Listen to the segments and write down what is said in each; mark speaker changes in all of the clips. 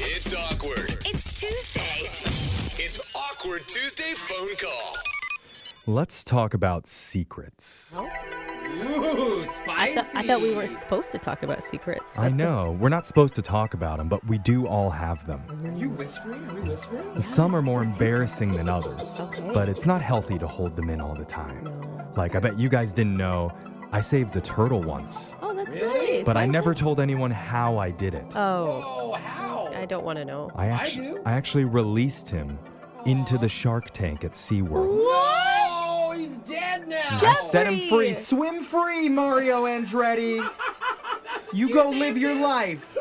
Speaker 1: It's awkward.
Speaker 2: It's Tuesday.
Speaker 1: It's awkward Tuesday phone call.
Speaker 3: Let's talk about secrets.
Speaker 4: Ooh, spicy.
Speaker 5: Th- I thought we were supposed to talk about secrets.
Speaker 3: I
Speaker 5: That's the-
Speaker 3: know we're not supposed to talk about them, but we do all have them.
Speaker 4: Are you whispering? Are we whispering?
Speaker 3: Some are more embarrassing than others,
Speaker 5: Okay.
Speaker 3: but it's not healthy to hold them in all the time. Like, I bet you guys didn't know I saved a turtle once,
Speaker 5: oh, that's
Speaker 4: Really?
Speaker 5: nice.
Speaker 3: but
Speaker 5: Why
Speaker 3: I
Speaker 5: is
Speaker 3: never
Speaker 5: that-
Speaker 3: told anyone how I did it.
Speaker 4: Oh,
Speaker 5: Oh,
Speaker 4: how?
Speaker 5: I don't want to know.
Speaker 3: I actually,
Speaker 4: do.
Speaker 3: I actually released him into the shark tank at SeaWorld.
Speaker 4: Oh, he's dead now.
Speaker 3: I set him free.
Speaker 5: Jeffrey!
Speaker 3: Swim free, Mario Andretti. You go live your life.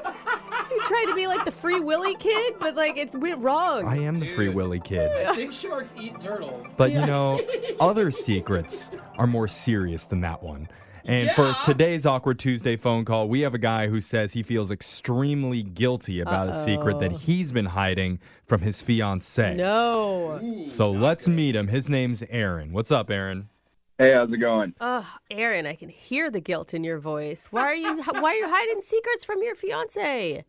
Speaker 5: You tried to be like the free Willy kid, but like it went wrong.
Speaker 3: I am the Free
Speaker 4: Dude.
Speaker 3: Willy kid.
Speaker 4: I think sharks eat turtles.
Speaker 3: But you know, other secrets are more serious than that one. And for today's Awkward Tuesday phone call, we have a guy who says he feels extremely guilty about a secret that he's been hiding from his fiancee.
Speaker 5: no.
Speaker 3: So let's meet him. His name's Aaron. What's up, Aaron?
Speaker 6: Hey, how's it going?
Speaker 5: Oh, Aaron, I can hear the guilt in your voice. Why are you why are you hiding secrets from your fiance?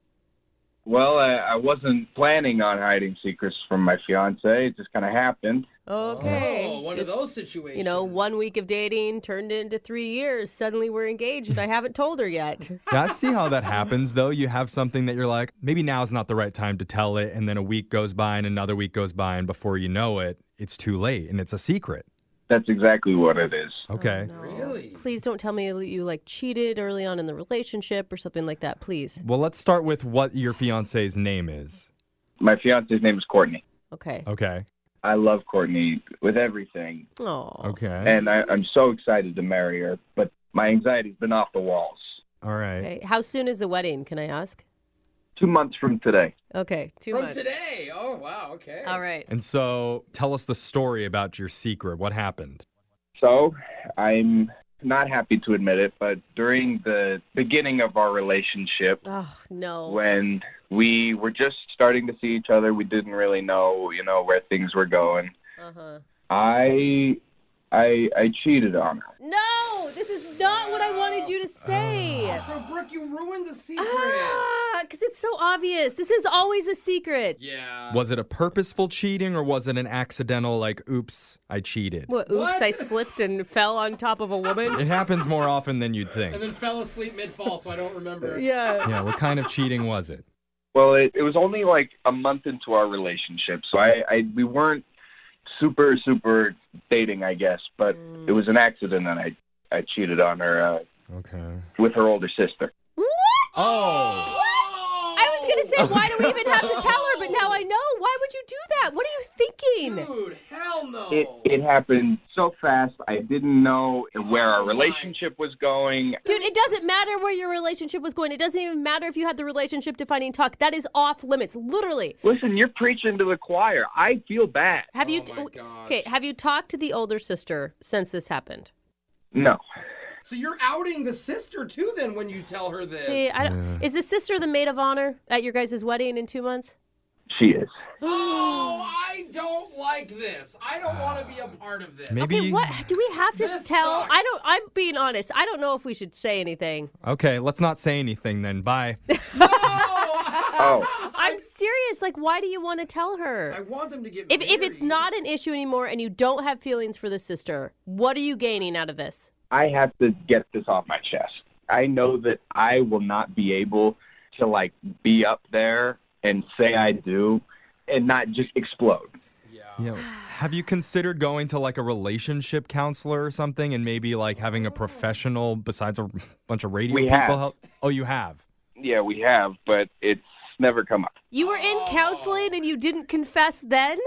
Speaker 6: Well, I, I wasn't planning on hiding secrets from my fiance. It just kind of happened.
Speaker 5: Okay.
Speaker 4: Oh, one
Speaker 5: Just,
Speaker 4: of those situations.
Speaker 5: You know, one week of dating turned into three years. Suddenly we're engaged and I haven't told her yet.
Speaker 3: Yeah, I see how that happens, though. You have something that you're like, maybe now's not the right time to tell it. And then a week goes by and another week goes by. And before you know it, it's too late and it's a secret.
Speaker 6: That's exactly what it is.
Speaker 3: Okay.
Speaker 4: Oh,
Speaker 5: No.
Speaker 4: Really?
Speaker 5: Please don't tell me you like cheated early on in the relationship or something like that, please.
Speaker 3: Well, let's start with what your fiance's name is.
Speaker 6: My fiance's name is Courtney.
Speaker 5: Okay.
Speaker 3: Okay.
Speaker 6: I love Courtney with everything,
Speaker 5: Oh.
Speaker 3: Okay.
Speaker 6: and I, I'm so excited to marry her. But my anxiety's been off the walls.
Speaker 3: All right.
Speaker 5: Okay. How soon is the wedding? Can I ask?
Speaker 6: Two months from today.
Speaker 5: Okay. Two
Speaker 4: From
Speaker 5: months.
Speaker 4: today. Oh, wow. Okay.
Speaker 5: All right.
Speaker 3: And so tell us the story about your secret. What happened?
Speaker 6: So I'm not happy to admit it, but during the beginning of our relationship,
Speaker 5: Oh no.
Speaker 6: when we were just starting to see each other, we didn't really know, you know, where things were going.
Speaker 5: Uh huh.
Speaker 6: I I I cheated on her.
Speaker 5: No, this is not what I wanted you to say.
Speaker 4: Ah. So, Brooke, you ruined the secret.
Speaker 5: Ah, because it's so obvious. This is always a secret.
Speaker 4: Yeah.
Speaker 3: Was it a purposeful cheating or was it an accidental, like, oops, I cheated?
Speaker 5: What? Oops!
Speaker 4: What?
Speaker 5: I slipped and fell on top of a woman.
Speaker 3: It happens more often than you'd
Speaker 4: And
Speaker 3: think.
Speaker 4: then fell asleep mid fall, so I don't remember.
Speaker 5: yeah.
Speaker 3: Yeah, what kind of cheating was it?
Speaker 6: Well, it, it was only like a month into our relationship, so I, I we weren't super super dating, I guess. But it was an accident, and I I cheated on her uh,
Speaker 3: Okay.
Speaker 6: with her older sister.
Speaker 5: What?
Speaker 3: Oh!
Speaker 5: I was
Speaker 4: Oh,
Speaker 5: gonna say, why do we even have to tell her? But now I know. Why would you do that? What are you thinking?
Speaker 4: Dude, hell no.
Speaker 6: It it happened so fast. I didn't know where our relationship was going.
Speaker 5: Dude, it doesn't matter where your relationship was going. It doesn't even matter if you had the relationship defining talk. That is off limits, literally.
Speaker 6: Listen, you're preaching to the choir. I feel bad.
Speaker 5: Have you
Speaker 4: Oh my gosh.
Speaker 5: Okay, have you talked to the older sister since this happened?
Speaker 6: No,
Speaker 4: So you're outing the sister too, then, when you tell her this.
Speaker 5: Hey, I don't-
Speaker 3: Yeah.
Speaker 5: Is the sister the maid of honor at your guys' wedding in 2 months?
Speaker 6: she is.
Speaker 4: Oh, I don't like this. I don't want to be a part of this.
Speaker 3: Maybe-
Speaker 5: Okay, what do we have to
Speaker 4: This
Speaker 5: tell? I don't
Speaker 4: sucks.
Speaker 5: I'm being honest. I don't know if we should say anything.
Speaker 3: Okay, let's not say anything then. Bye.
Speaker 6: Oh.
Speaker 5: I'm serious. Like why do you want to tell her?
Speaker 4: I want them to get
Speaker 5: If, if it's
Speaker 4: married.
Speaker 5: not an issue anymore and you don't have feelings for the sister, what are you gaining out of this?
Speaker 6: I have to get this off my chest. I know that I will not be able to like be up there and say I do and not just explode.
Speaker 3: Yeah. Have you considered going to like a relationship counselor or something and maybe like having a professional besides a bunch of radio
Speaker 6: We
Speaker 3: people
Speaker 6: have.
Speaker 3: help? Oh, you have?
Speaker 6: Yeah, we have, but it's never come up.
Speaker 5: You were in
Speaker 4: Oh.
Speaker 5: counseling and you didn't confess then?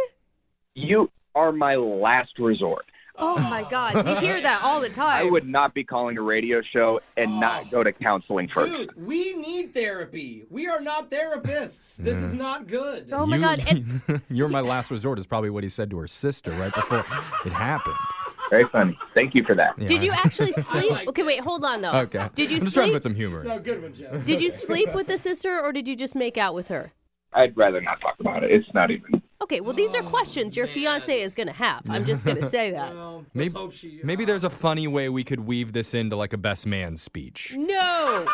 Speaker 6: You are my last resort.
Speaker 5: Oh my God. We hear that all the
Speaker 6: I
Speaker 5: time.
Speaker 6: would not be calling a radio show and not go to counseling first.
Speaker 4: Dude, we need therapy. We are not therapists. This
Speaker 3: Hmm.
Speaker 4: is not good.
Speaker 5: Oh my
Speaker 3: You-
Speaker 5: God. And,
Speaker 3: You're my last resort is probably what he said to her sister right before it happened.
Speaker 6: Very funny. Thank you for that.
Speaker 3: Yeah.
Speaker 5: did you actually sleep?
Speaker 4: like
Speaker 5: okay, wait, hold on though.
Speaker 3: Okay.
Speaker 5: Did you
Speaker 3: I'm just trying to
Speaker 5: sleep-
Speaker 3: put some humor in.
Speaker 4: No, good one, Jeff.
Speaker 5: Did you sleep with the sister or did you just make out with her?
Speaker 6: I'd rather not talk about it. It's not even.
Speaker 5: Okay, well,
Speaker 3: Oh,
Speaker 5: these are questions your fiance is going to have. I'm just going to say that.
Speaker 4: Well, let's
Speaker 3: Maybe-
Speaker 4: hope she. uh,
Speaker 3: Maybe there's a funny way we could weave this into like a best man speech.
Speaker 5: No.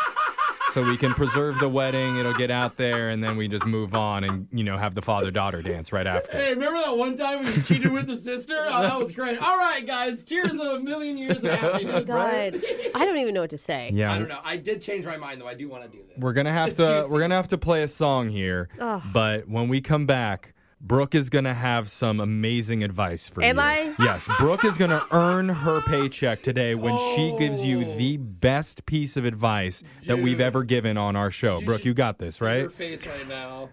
Speaker 3: so we can preserve the wedding. It'll get out there, and then we just move on and you know have the father daughter dance right after.
Speaker 4: Hey, remember that one time when you cheated with your sister? Oh, that was great. All right, guys, cheers to a million years of happiness.
Speaker 5: God, I don't even know what to say.
Speaker 3: Yeah,
Speaker 4: I don't know. I did change my mind though. I do want to do this.
Speaker 3: we're gonna have
Speaker 4: It's
Speaker 3: to
Speaker 4: juicy.
Speaker 3: we're gonna have to play a song here,
Speaker 5: Ugh.
Speaker 3: but when we come back. Brooke is gonna have some amazing advice for
Speaker 5: Am
Speaker 3: you.
Speaker 5: I?
Speaker 3: Yes, Brooke is gonna earn her paycheck today when she gives you
Speaker 4: Oh.
Speaker 3: the best piece of advice that we've
Speaker 4: Dude.
Speaker 3: ever given on our show. Brooke,
Speaker 4: should
Speaker 3: you got this,
Speaker 4: See
Speaker 3: right?
Speaker 4: Your face right now.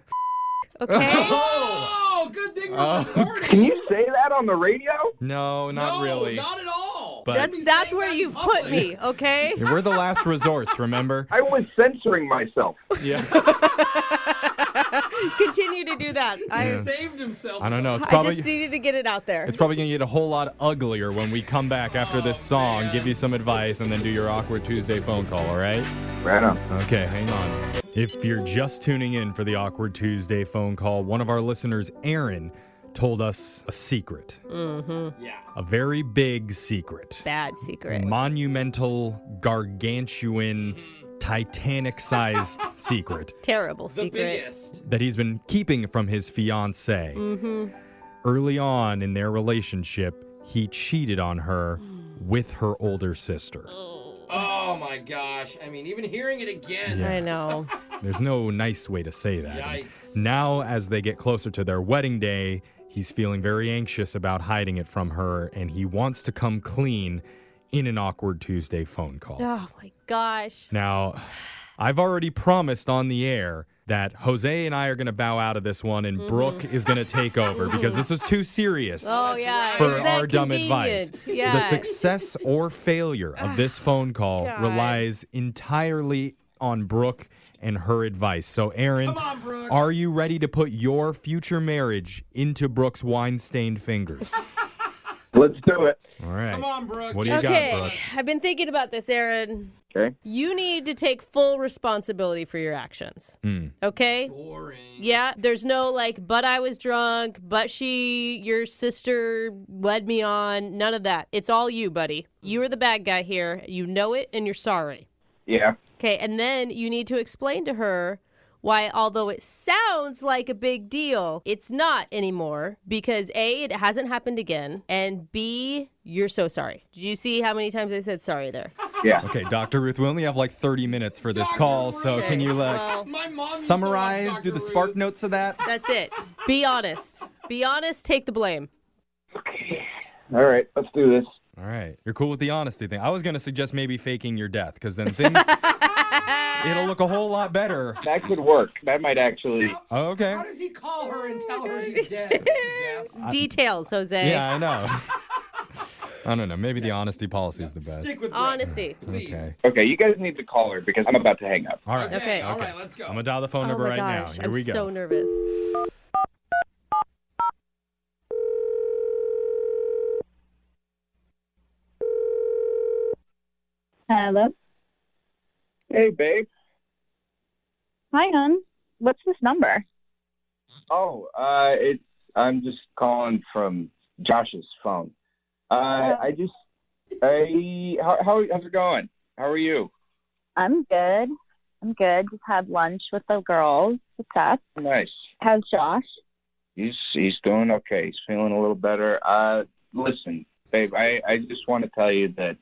Speaker 5: Okay.
Speaker 4: Oh, good thing we're
Speaker 3: Oh.
Speaker 4: recording.
Speaker 6: Can you say that on the radio?
Speaker 3: No, not
Speaker 4: no,
Speaker 3: really.
Speaker 4: Not at all.
Speaker 3: But-
Speaker 4: Let
Speaker 5: That's
Speaker 4: me
Speaker 5: that's
Speaker 4: say
Speaker 5: where
Speaker 4: that
Speaker 5: you've put
Speaker 4: publicly.
Speaker 5: me, okay?
Speaker 3: We're the last resorts, remember?
Speaker 6: I was censoring myself.
Speaker 3: Yeah.
Speaker 5: Continue to do that. I
Speaker 4: He saved himself.
Speaker 3: uh, I don't know. It's
Speaker 5: I
Speaker 3: probably
Speaker 5: just needed to get it out there.
Speaker 3: it's probably gonna get a whole lot uglier when we come back after this song,
Speaker 4: Oh, man.
Speaker 3: give you some advice, and then do your awkward Tuesday phone call, all right?
Speaker 6: Right on.
Speaker 3: Okay, hang on. If you're just tuning in for the awkward Tuesday phone call, one of our listeners, Aaron, told us a secret.
Speaker 4: Yeah.
Speaker 3: A very big secret.
Speaker 5: Bad secret.
Speaker 3: Monumental, gargantuan, titanic sized secret.
Speaker 5: Terrible
Speaker 4: The
Speaker 5: secret.
Speaker 4: biggest.
Speaker 3: that he's been keeping from his fiancee.
Speaker 4: Mm-hmm.
Speaker 3: Early on in their relationship, he cheated on her with her older sister.
Speaker 4: Mm. Oh my gosh. I mean, even hearing it again.
Speaker 3: Yeah.
Speaker 5: I know.
Speaker 3: There's no nice way to say that. And
Speaker 4: Yikes.
Speaker 3: Now, as they get closer to their wedding day, he's feeling very anxious about hiding it from her and he wants to come clean in an awkward Tuesday phone call.
Speaker 5: Oh my gosh.
Speaker 3: Now, I've already promised on the air that Jose and I are going to bow out of this one and Brooke is going to take over because this is too serious.
Speaker 5: Mm-hmm. Oh yeah.
Speaker 4: right.
Speaker 5: it's
Speaker 3: for
Speaker 5: that
Speaker 3: our dumb
Speaker 5: convenient.
Speaker 3: advice.
Speaker 5: Yeah.
Speaker 3: The success or failure of this phone call
Speaker 5: God.
Speaker 3: relies entirely on Brooke and her advice. So, Aaron,
Speaker 4: Come on, Brooke.
Speaker 3: are you ready to put your future marriage into Brooke's wine stained fingers?
Speaker 6: Let's do it.
Speaker 3: All right.
Speaker 4: Come on, Brooke.
Speaker 3: What do you got,
Speaker 5: okay.
Speaker 3: Brooke?
Speaker 5: I've been thinking about this, Aaron.
Speaker 6: Okay.
Speaker 5: You need to take full responsibility for your actions.
Speaker 3: Mm.
Speaker 5: Okay?
Speaker 4: Boring.
Speaker 5: Yeah, there's no like, but I was drunk, but she, your sister led me on. None of that. It's all you, buddy. You are the bad guy here. You know it and you're sorry.
Speaker 6: Yeah.
Speaker 5: Okay, and then you need to explain to her why, although it sounds like a big deal, it's not anymore because A, it hasn't happened again, and B, you're so sorry. Did you see how many times I said sorry there?
Speaker 6: Yeah.
Speaker 3: Okay, Dr. Ruth, we only have like 30 minutes for this
Speaker 4: Dr.
Speaker 3: call, so
Speaker 4: Ruth.
Speaker 3: can you like
Speaker 5: Well,
Speaker 4: My mom. used to
Speaker 3: summarize,
Speaker 4: love
Speaker 3: do the
Speaker 4: Dr.
Speaker 3: spark
Speaker 4: Ruth.
Speaker 3: notes of that?
Speaker 5: that's it. Be honest. Be honest, take the blame.
Speaker 6: All right. Let's do this.
Speaker 3: All right. You're cool with the honesty thing. I was going to suggest maybe faking your death because then things it'll look a whole lot better.
Speaker 6: That could work. That might actually.
Speaker 3: Okay.
Speaker 4: How does he call her and tell her he's dead? Jeff?
Speaker 5: Details, Jose.
Speaker 3: Yeah, I know. I don't know. Maybe the honesty policy is the best.
Speaker 4: Stick with Brooke,
Speaker 5: Honesty.
Speaker 4: please.
Speaker 3: Okay.
Speaker 6: Okay, you guys need to call her because I'm about to hang up.
Speaker 3: All right.
Speaker 4: Okay,
Speaker 5: Okay.
Speaker 4: All right. Let's go.
Speaker 3: I'm gonna dial the phone number right now. Here
Speaker 5: Oh I'm
Speaker 3: we go.
Speaker 5: so nervous.
Speaker 2: Hello.
Speaker 6: Hey, babe.
Speaker 2: Hi, hon. What's this number?
Speaker 6: Oh, uh, it's I'm just calling from Josh's phone. Uh, I just, I how, how how's it going? How are you?
Speaker 2: I'm good. I'm good. Just had lunch with the girls. What's up?
Speaker 6: Nice.
Speaker 2: How's Josh?
Speaker 6: He's he's doing okay. He's feeling a little better. Uh, listen, babe, I I just want to tell you that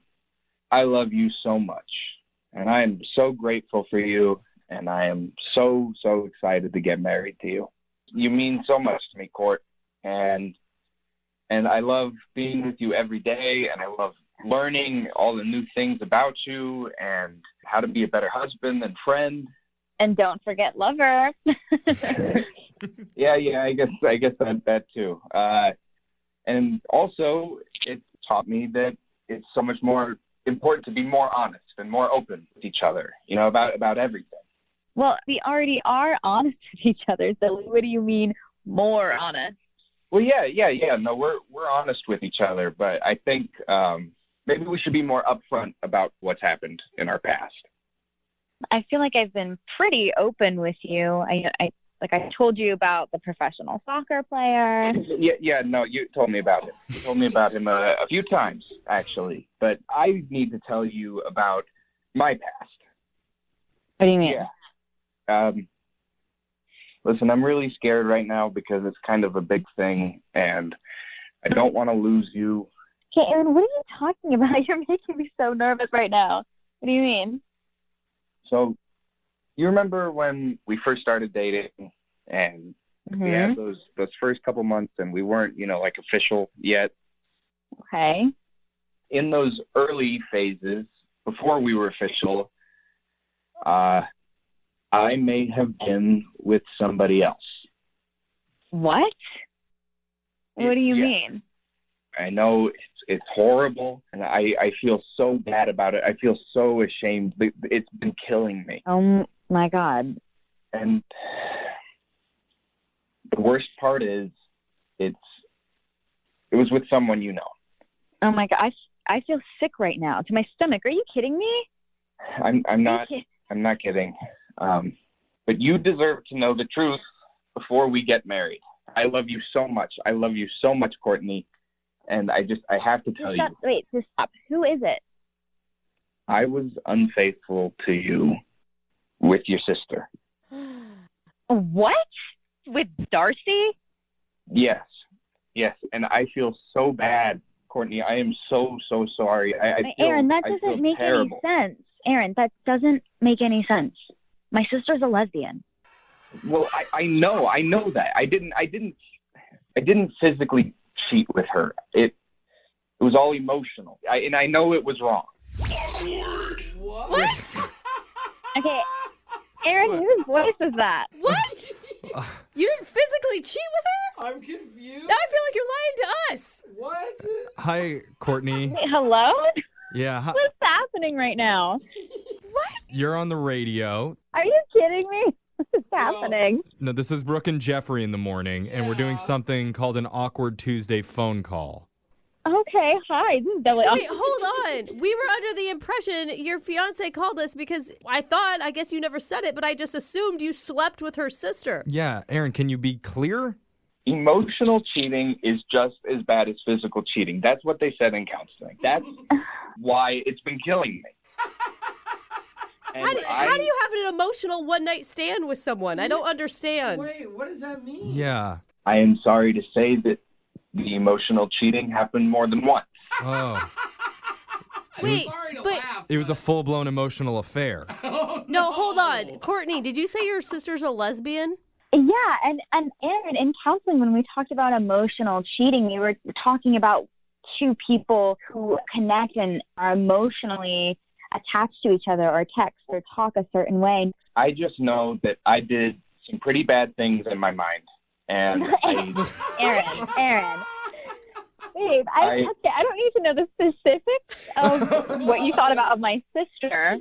Speaker 6: I love you so much, and I am so grateful for you, and I am so so excited to get married to you. You mean so much to me, Court, and and I love being with you every day, and I love learning all the new things about you and how to be a better husband and friend.
Speaker 2: And don't forget lover.
Speaker 6: yeah, yeah, I guess I guess that that too. Uh, and also, it taught me that it's so much more important to be more honest and more open with each other. You know about about everything.
Speaker 2: well, we already are honest with each other. So what do you mean more honest?
Speaker 6: Well, yeah, yeah, yeah. No, we're we're honest with each other, but I think um, maybe we should be more upfront about what's happened in our past.
Speaker 2: I feel like I've been pretty open with you. I, I like I told you about the professional soccer player.
Speaker 6: Yeah, yeah, no, you told me about him. You told me about him uh, a, a few times, actually. But I need to tell you about my past.
Speaker 2: What do you mean?
Speaker 6: Yeah. Um, listen, I'm really scared right now because it's kind of a big thing, and I don't want to lose you.
Speaker 2: Okay, Aaron, what are you talking about? You're making me so nervous right now. What do you mean?
Speaker 6: So, you remember when we first started dating, and we
Speaker 2: Mm-hmm.
Speaker 6: had those those first couple months, and we weren't, you know, like official yet.
Speaker 2: Okay.
Speaker 6: in those early phases, before we were official, uh, I may have been with somebody else.
Speaker 2: What? What do you
Speaker 6: Yeah.
Speaker 2: mean?
Speaker 6: I know it's, it's horrible, and I, I feel so bad about it. I feel so ashamed. It- It's been killing me.
Speaker 2: Oh my God.
Speaker 6: And the worst part is, it's it was with someone you know.
Speaker 2: Oh my God. I, I feel sick right now to my stomach. Are you kidding me?
Speaker 6: I'm
Speaker 2: Are
Speaker 6: I'm
Speaker 2: you
Speaker 6: not
Speaker 2: ki-
Speaker 6: I'm not kidding. Um, but you deserve to know the truth before we get married. I love you so much. I love you so much, Courtney. And I just, I have to tell you,
Speaker 2: Stop. Wait, just stop. Who is it?
Speaker 6: I was unfaithful to you with your sister.
Speaker 2: What? With Darcy?
Speaker 6: Yes. Yes. And I feel so bad, Courtney. I am so, so sorry. I, I feel,
Speaker 2: Aaron, that
Speaker 6: I feel
Speaker 2: doesn't make
Speaker 6: terrible.
Speaker 2: any sense. Aaron, that doesn't make any sense. My sister's a lesbian.
Speaker 6: Well, I, I know, I know that. I didn't, I didn't, I didn't physically cheat with her. It, it was all emotional, I, and I know it was wrong.
Speaker 1: Awkward.
Speaker 4: What?
Speaker 2: Okay. Aaron,
Speaker 3: What?
Speaker 2: whose voice is that?
Speaker 5: What? you didn't physically cheat with her?
Speaker 4: I'm confused.
Speaker 5: Now I feel like you're lying to us.
Speaker 4: What?
Speaker 3: Hi, Courtney.
Speaker 2: Wait, hello?
Speaker 3: Yeah, hi,
Speaker 2: What's happening right now?
Speaker 3: you're on the radio.
Speaker 2: Are you kidding me? What is happening?
Speaker 3: No, this is Brooke and Jeffrey in the morning, and we're
Speaker 4: Yeah.
Speaker 3: doing something called an awkward Tuesday phone call.
Speaker 2: Okay, hi. This is Deadly.
Speaker 5: Wait, hold on. We were under the impression your fiance called us because I thought, I guess you never said it, but I just assumed you slept with her sister.
Speaker 3: Yeah, Aaron, can you be clear?
Speaker 6: Emotional cheating is just as bad as physical cheating. That's what they said in counseling. That's why it's been killing me. And
Speaker 5: How do,
Speaker 6: I-
Speaker 5: how do you have an emotional one night stand with someone? I don't understand.
Speaker 4: Wait, what does that mean?
Speaker 3: Yeah.
Speaker 6: I am sorry to say that the emotional cheating happened more than once.
Speaker 3: Oh,
Speaker 4: I'm
Speaker 5: Wait,
Speaker 4: sorry to
Speaker 5: but-
Speaker 4: laugh,
Speaker 3: it was a
Speaker 4: but-
Speaker 3: full blown emotional affair.
Speaker 4: Oh,
Speaker 5: No, hold on. Courtney, did you say your sister's a lesbian?
Speaker 2: Yeah, and, and Aaron, in counseling, when we talked about emotional cheating, we were talking about two people who connect and are emotionally attached to each other or text or talk a certain way.
Speaker 6: I just know that I did some pretty bad things in my mind, and I.
Speaker 2: Aaron, Aaron. Babe, I,
Speaker 6: I-
Speaker 2: okay, I don't need to know the specifics of what you thought about of my sister,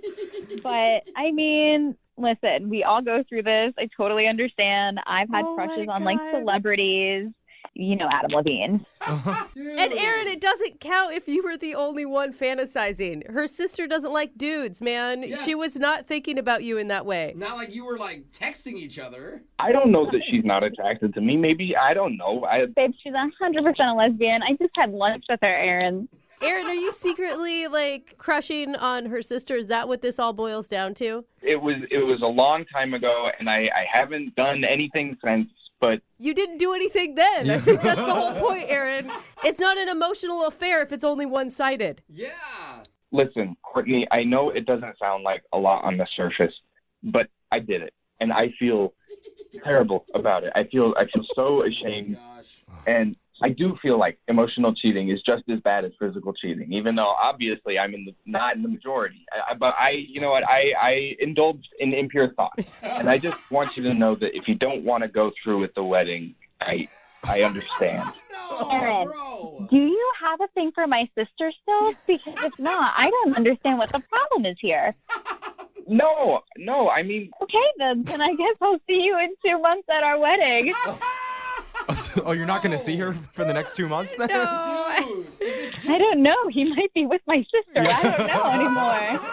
Speaker 2: but I mean, listen, we all go through this. I totally understand. I've had
Speaker 5: Oh my
Speaker 2: crushes on like
Speaker 5: God.
Speaker 2: celebrities, you know, Adam Levine.
Speaker 3: Oh,
Speaker 4: Dude.
Speaker 5: And Aaron, it doesn't count if you were the only one fantasizing. Her sister doesn't like dudes, man. She
Speaker 4: Yes.
Speaker 5: was not thinking about you in that way.
Speaker 4: Not like you were like texting each other.
Speaker 6: I don't know that she's not attracted to me. Maybe I don't know. I
Speaker 2: Babe, she's a 100% a lesbian. I just had lunch with her, Aaron.
Speaker 5: Aaron, are you secretly like crushing on her sister? Is that what this all boils down to?
Speaker 6: it was it was a long time ago, and I I haven't done anything since. But
Speaker 5: You didn't do anything then. I
Speaker 3: Yeah.
Speaker 5: think that's the whole point, Aaron. It's not an emotional affair if it's only one sided.
Speaker 4: Yeah.
Speaker 6: listen, Courtney, I know it doesn't sound like a lot on the surface, but I did it, and I feel terrible about it. I feel I feel so ashamed,
Speaker 4: Gosh.
Speaker 6: and I do feel like emotional cheating is just as bad as physical cheating, even though obviously I'm in the, not in the majority. I, I- but I, you know what, I I indulged in impure thoughts. And I just want you to know that if you don't want to go through with the wedding, I I understand.
Speaker 4: No,
Speaker 2: Aaron.
Speaker 4: bro.
Speaker 2: Do you have a thing for my sister still? Because if not, I don't understand what the problem is here.
Speaker 6: No, no, I mean
Speaker 2: Okay, then, then I guess I'll see you in two months at our wedding.
Speaker 3: oh, you're not going to see her for the next two months then?
Speaker 5: No.
Speaker 4: Dude, if it's
Speaker 2: I don't know. He might be with my sister. I don't know anymore.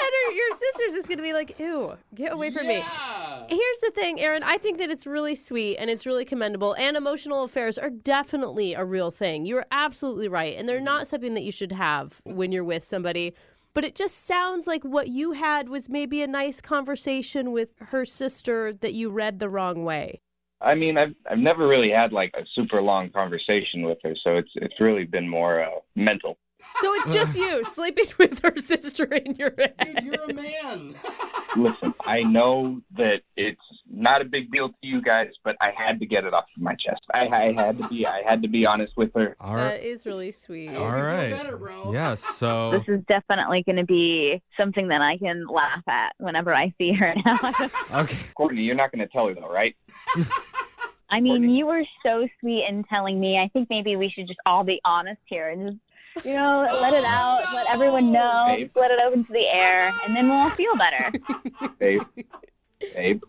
Speaker 5: And her, your sister's just going to be like, ew, get away from me.
Speaker 4: Yeah.
Speaker 5: Here's the thing, Aaron. I think that it's really sweet and it's really commendable. And emotional affairs are definitely a real thing. You're absolutely right. And they're not something that you should have when you're with somebody. But it just sounds like what you had was maybe a nice conversation with her sister that you read the wrong way.
Speaker 6: I mean, I've I've never really had like a super long conversation with her, so it's it's really been more uh, mental.
Speaker 5: So it's just you sleeping with her sister in your
Speaker 4: Dude,
Speaker 5: head.
Speaker 4: you're a man.
Speaker 6: Listen, I know that it's not a big deal to you guys, but I had to get it off my chest. I, I had to be I had to be honest with her.
Speaker 3: All right.
Speaker 5: That is really sweet.
Speaker 4: All
Speaker 3: All
Speaker 4: right.
Speaker 3: right.
Speaker 4: Better, bro.
Speaker 3: Yes. So
Speaker 2: This is definitely going to be something that I can laugh at whenever I see her now.
Speaker 3: okay.
Speaker 6: Courtney, you're not going to tell her though, right?
Speaker 2: I mean, you were so sweet in telling me. I think maybe we should just all be honest here and just, you know, let it out, let everyone know,
Speaker 6: Babe.
Speaker 2: let it open to the air, and then we'll all feel better.
Speaker 6: Babe, babe,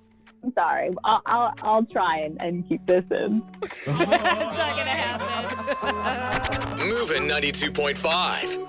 Speaker 2: I'm sorry. I'll, I'll, I'll try and, and keep this in.
Speaker 5: That's not going to happen.
Speaker 1: Moving 92.5.